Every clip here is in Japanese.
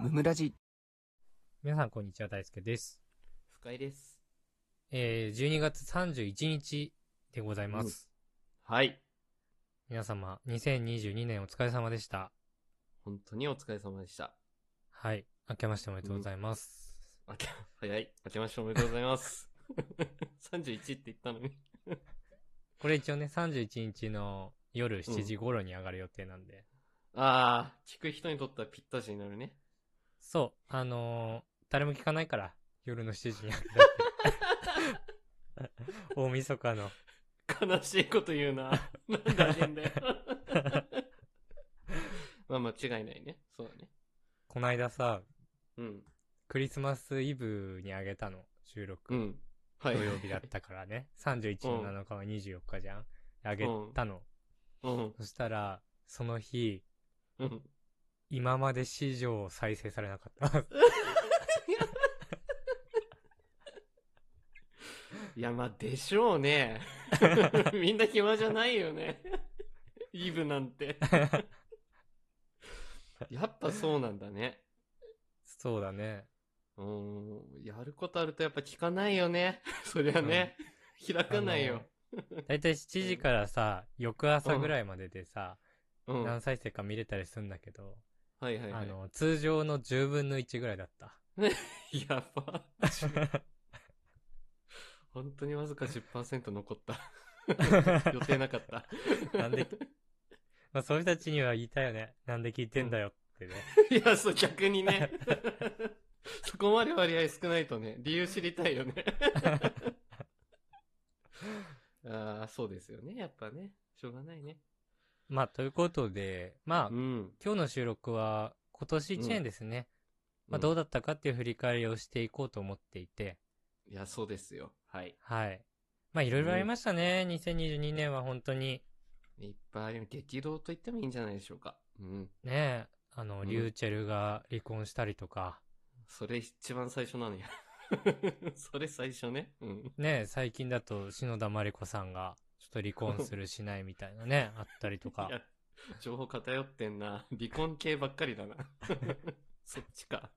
ムラジ皆さんこんにちは大輔です、深井です。えー、12月31日でございます、はい。皆様2022年お疲れ様でした本当にお疲れ様でした。はい明けましておめでとうございます、あけ、早い。明けましておめでとうございます。31って言ったのに。これ一応ね31日の夜7時頃に上がる予定なんで、あー、聞く人にとってはぴったしになるね。そうあのー、誰も聞かないから夜の7時に上がる 大晦日の悲しいこと言うな。 なんだ変だよ。 まあ間違いないね。そうだね。こないださうん。クリスマスイブにあげたの収録、うん。はい。土曜日だったから ね31の7日は24日じゃんあげたの、うん。そしたら、その日、うん。今まで史上再生されなか った。いや、まあでしょうね。 みんな暇じゃないよね。イブなん て。やっぱそうなんだね。そうだね。うーん、やることあるとやっぱ聞かないよね。 そりゃね、開かないよ。だいたい7時からさ、翌朝ぐらいまででさ、うん。は何再生か見れたりするんだけど、いはいはあの、通常の10分の1ぐらいだ った。い。や ば。本当にわずか10% 残った。予定なかった。なんで、まあ、そういう人たちには言いたいよね。なんで聞いてんだよってね。いや、そう、逆にね。 そこまで割合少ないとね、理由知りた いよね。ああ、そうですよね。やっぱね。しょうがないね。まあ、ということで、まあ、うん。今日の収録は今年1年ですね。まあ、どうだったかっていう振り返りをしていこうと思っていて、いや、そうですよ。はい。はい。まあ、いろいろありましたね。2022年は本当に、いっぱいあり激動と言ってもいいんじゃないでしょうか。うん。ね、あの、うんリューチェルが離婚したりとか、それ一番最初なのや。 それ最初ね。うん。ね、最近だと篠田麻里子さんが、ちょっと離婚するしないみたいなね、 あったりとかい。や、情報偏ってんな。離婚系ばっか りだな。そっちか。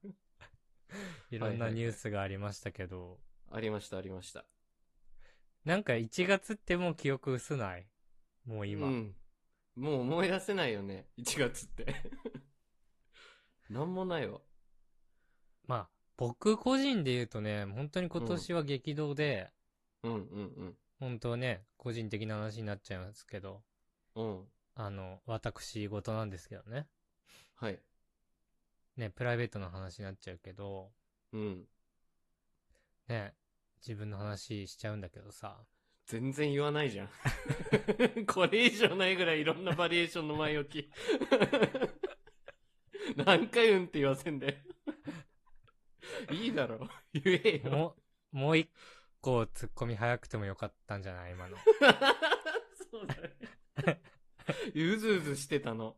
いろんはないはいはいニュースがありましたけど、ありました、ありました。なんか1月ってもう記憶薄ないもう今。うん。もう思い出せないよね。1 月って。なんもないわ。まあ、僕個人で言うとね、本当に今年は激動で、うんうん本当ね、個人的な話になっちゃいますけど、うん。うん。あの、私事なんですけどね。はい。ね、プライベートの話になっちゃうけど、うん。ね、自分の話しちゃうんだけどさ、全然言わないじゃん。 これ以上ないぐらいいろんなバリエーションの前置き。 何回うんって言わ せんで。いいだろ。言えよ。もう、もう一個突っ込み早くてもよかったんじゃない今の。そうだね。うずうずしてたの。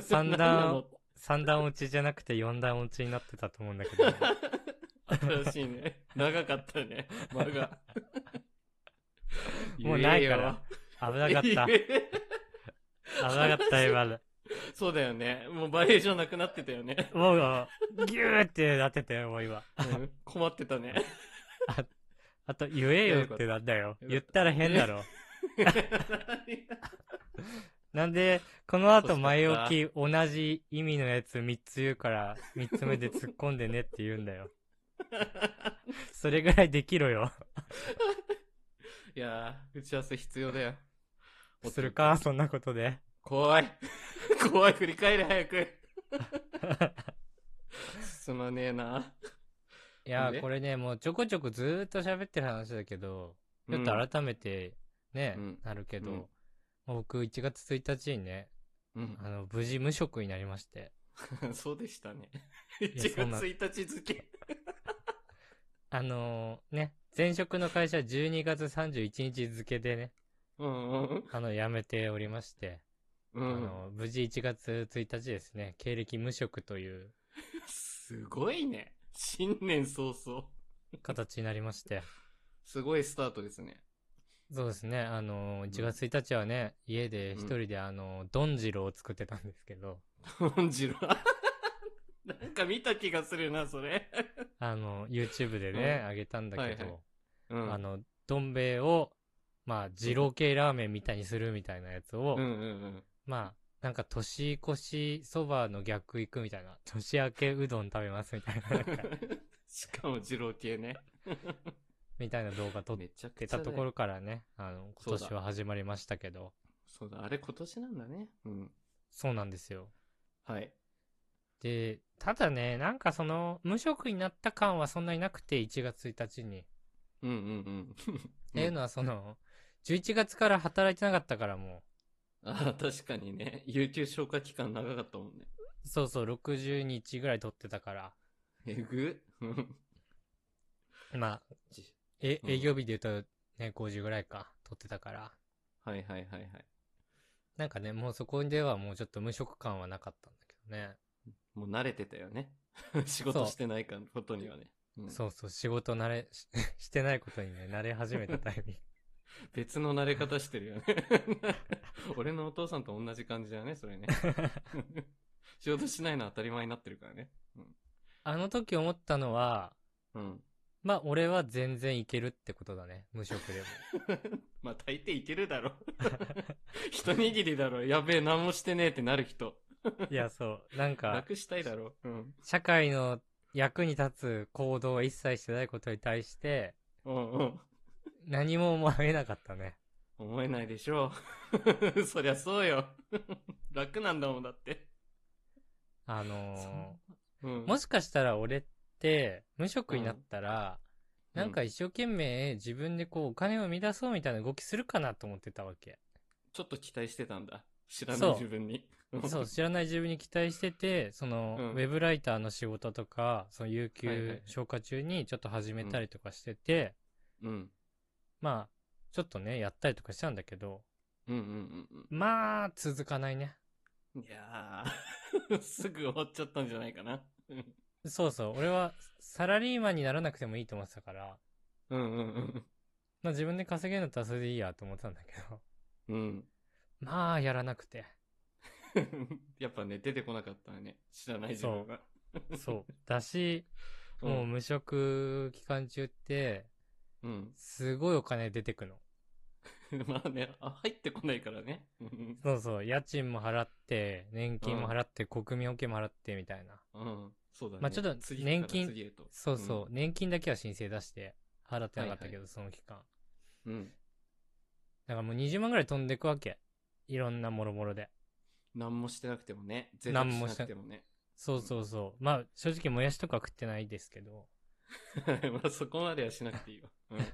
三段何なの三段落ちじゃなくて四段落ちになってたと思うんだけど、新しいね。長かったね。間が。もうないから危なかっ言えよ。た。危言えなかった今の。そうだよね。もうバリエーションなくなってたよね。もう、ギューってなってたよ、もう今。うん困って たね。あと、言えよってなんだよ。いや言よっかったら変だろ。なんで、この後前置き同じ意味のやつ3つ言うから、3つ目で突っ込んでねって言うんだ よ。それぐらいできろよ。いやー、打ち合わせ必要だよ。するか、そんなことで。怖い。 怖い、振り返れ、早く。進まねえな。いやんでこれね、もうちょこちょこずーっと喋ってる話 だけど、ちょっと改めてね、うんなるけど、うんもう僕1月1日にね、うんあの、無事無職になりまして、 そうでしたね。や1月そんな1日付。あのーね、前職の会社12月31日付でね、うんうん。あの、辞めておりまして、うあん。の、無事1月1日ですね、経歴無職というすごいね。新年早々。形になりま して、すごいスタートですね。そうですね、あのー1月1日はね、家で一人であの、どんじろを作ってたんですけど、本次郎。何 なんか見た気がするな、それ。 あの、YouTube でね、うあげたんだけど、はいはうん。あの、どん兵衛を、まあ、二郎系ラーメンみたいにするみたいなやつを、うんうんうん。まあ、なんか年越しそばの逆行くみたいな、年明けうどん食べますみたいな、 なん かしかも二郎系ね。みたいな動画撮っめちゃくてちゃただよ。ところからね、あの、今そうだ年は始まりましたけど、そうだ、あれ今年なんだね。うん。そうなんですよ。はい。で、ただね、なんかその、無職になった感はそんなになくて、1月1日に。うんうんうん。 っていうのはその、11月から働いてなかったからもああ、確かにね。有給消化期間長かったもんね。う、そうそう、60日ぐらい取ってたから、え ぐうんまあ、え、うん営業日で言うとね、50ぐらいか、取ってたから、はいはいはいはい。なんかね、もうそこではもうちょっと無職感はなかったんだけどね。もう慣れてたよね。 そ仕事うしてないかことにはね。うんそうそう、仕事慣れ、 ししてないことにね、慣れ始め たタイミング。別の慣れ方してるよ ね。俺のお父さんと同じ感じだよね、それ ね。仕事しないのは当たり前になってるからね。あの時思ったのは、 うん。まあ俺は全然いけるってことだね、無職でも。まあ大抵いけるだろ。 一握りだろ。やべえ、何もしてねえってなる人。いや、そう。なんか、楽したいだろ。うん。社会の役に立つ行動を一切してないことに対して、うんうん。何も思えなかったね。思えないでしょ う。そりゃそうよ。 楽なんだもんだって。あそのうんー、もしかしたら俺って、無職になったら、うんなんか一生懸命自分でこうお金を生み出そうみたいな動きするかなと思ってたわけ。ちょっと期待してたんだ。知らなそいう自分に。そう、知らない自分に期待してて、その、うんウェブライターの仕事とか、その、有はいはいは給い消化中にちょっと始めたりとかしてて、うん。まあ、ちょっとね、やったりとかしたんだけど、うんうんうんまあ、続かないね。うん。いやー、 すぐ終わっちゃったんじゃないかな。うんそうそう、俺は、サラリーマンにならなくてもいいと思ってたから、うんうんまあ自分で稼げるんだったらそれでいいやと思ってたんだけど、 うん。まあ、やらなくて。うん。 やっぱね、出てこなかったね。知らない自分が。そう。だし、んもう無職期間中って、うん。 すごいお金出てくの。まあね、あ入ってこないからね。うんそうそう、家賃も払って、年金も払って、国民保険も払って、みたいな。うん。そうだね。まあちょっと次から年金次へとそうそう、年金だけは申請出して、払ってなかったけど、はいその期間。うん。うん。だからもう20万ぐらい飛んでくわけ。いろんなもろもろで。何もしてなくてもね。贅沢何しもなしくてもね。そうそうそう。まあ、正直、もやしとか食ってないですけど、 まあそこまではしなくていいよ。うん。はい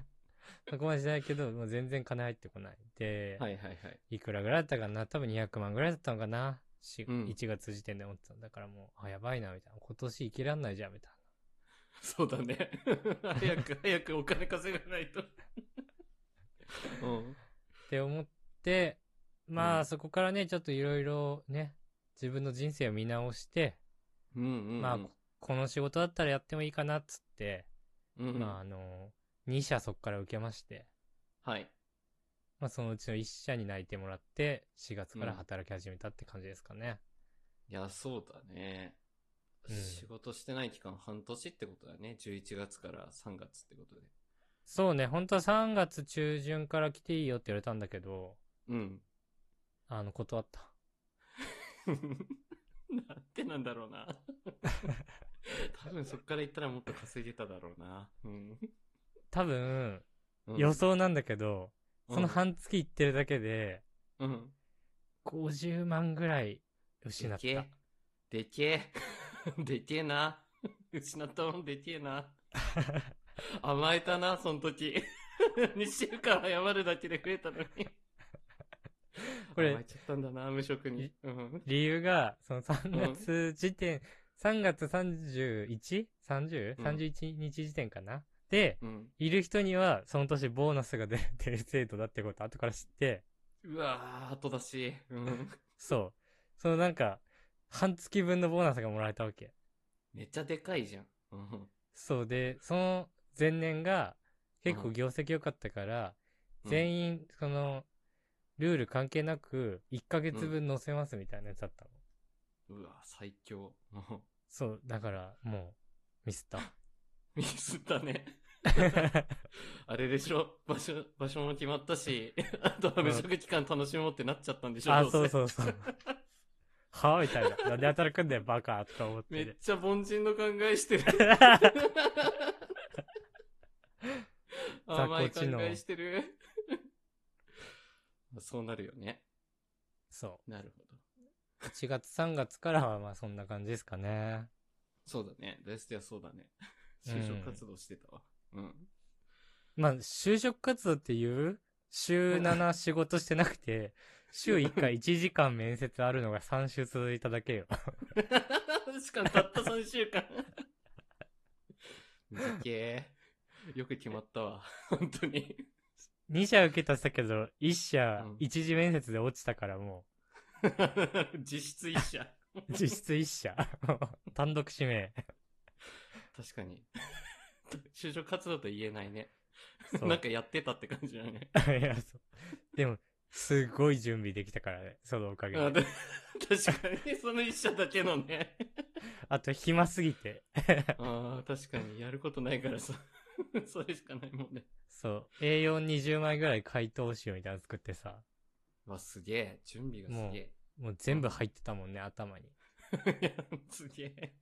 そこまでしないけど、もう全然金入ってこない。で、はいはい。い、くらぐらいだったかな多分200万ぐらいだったのかな、しうん1月時点で思ってたんだからもう、あ、やばいな、みたいな。今年生きらんないじゃん、みたいそうだね。 早く早くお金稼がないと。うな。ん。って思って、まうあ、んそこからね、ちょっといろいろね、自分の人生を見直して、うんうん、うん。まあ、この仕事だったらやってもいいかな、っつって、うんうん、まあ、あの、2社そこから受けまして、はい。まあ、そのうちの1社に内定もらって、4月から働き始めたって感じですかね。いや、そうだね。うん仕事してない期間半年ってことだね。11月から3月ってことで。そうね、本当は3月中旬から来ていいよって言われたんだけど、うん。 あの、断った。なんてなんだろうな。多分そっから行ったらもっと稼げただろうな。うん。多分、うん予想なんだけど、その、うん半月行ってるだけで、うん。 50万ぐらい失っでた。けえ。でけえ。 でけえな。失ったもんでけえな。甘えたな、その時。2週間謝るだけで増えたのに。これ甘えちゃったんだな、無職に。うん。理由が、その3月時点、3月 31?30?31 うん日時点かなで、うん。いる人には、その年ボーナスが出る っていう制度だってこと後から知って、うわー、後出し。うん。そう。そのなんか、半月分のボーナスがもらえたわけ。めっちゃでかいじゃん。うん。そうで、その前年が、結う構ん業績良かったから、全員。員、その、ルール関係なく、1ヶ月分乗せますみたいなやつだったの。うわー、最強。うんそう、だから、もう、ミス った。ミスっ たね。あれでしょ場所、場所も決まったし、あとは無職期間楽しもうってなっちゃったんでしょ、あ、どせそうそうそう。 はぁみたいな。なんで働くんだよ、バカとか思っめて。ってちゃ凡人の考え してる。甘い考知能えしてる。 そうなるよね。そなるほど。う。1月3月からは、まあそんな感じですかね。そうだね。大好きはそうだね。うん就職活動してたわ。うん。まあ、就職活動っていう、週7仕事してなく て、週1回1時間面接あるのが3週続いただけよ。しかもたった3週 間。むずけー。よく決まったわ。本当に。 2社受けたしたけど、1社うん、 1次面接で落ちたからも実質一社。 う、実質1社。 単独指名。確かに。 就職活動と言えないね。そうなんかやってたって感じだね。 いや、そう。でも、すごい準備できたからね、そのおかげあで。で確かに、その一社だけの ね。あと、暇すぎて。ああ、確かに、やることない からさ。それしかないもんね。そう。A420 枚ぐらい回答集みたいなの作ってさ、わ、すげえ。準備がすげ もう全部入ってたもんね、頭に。え。いや、すげえ。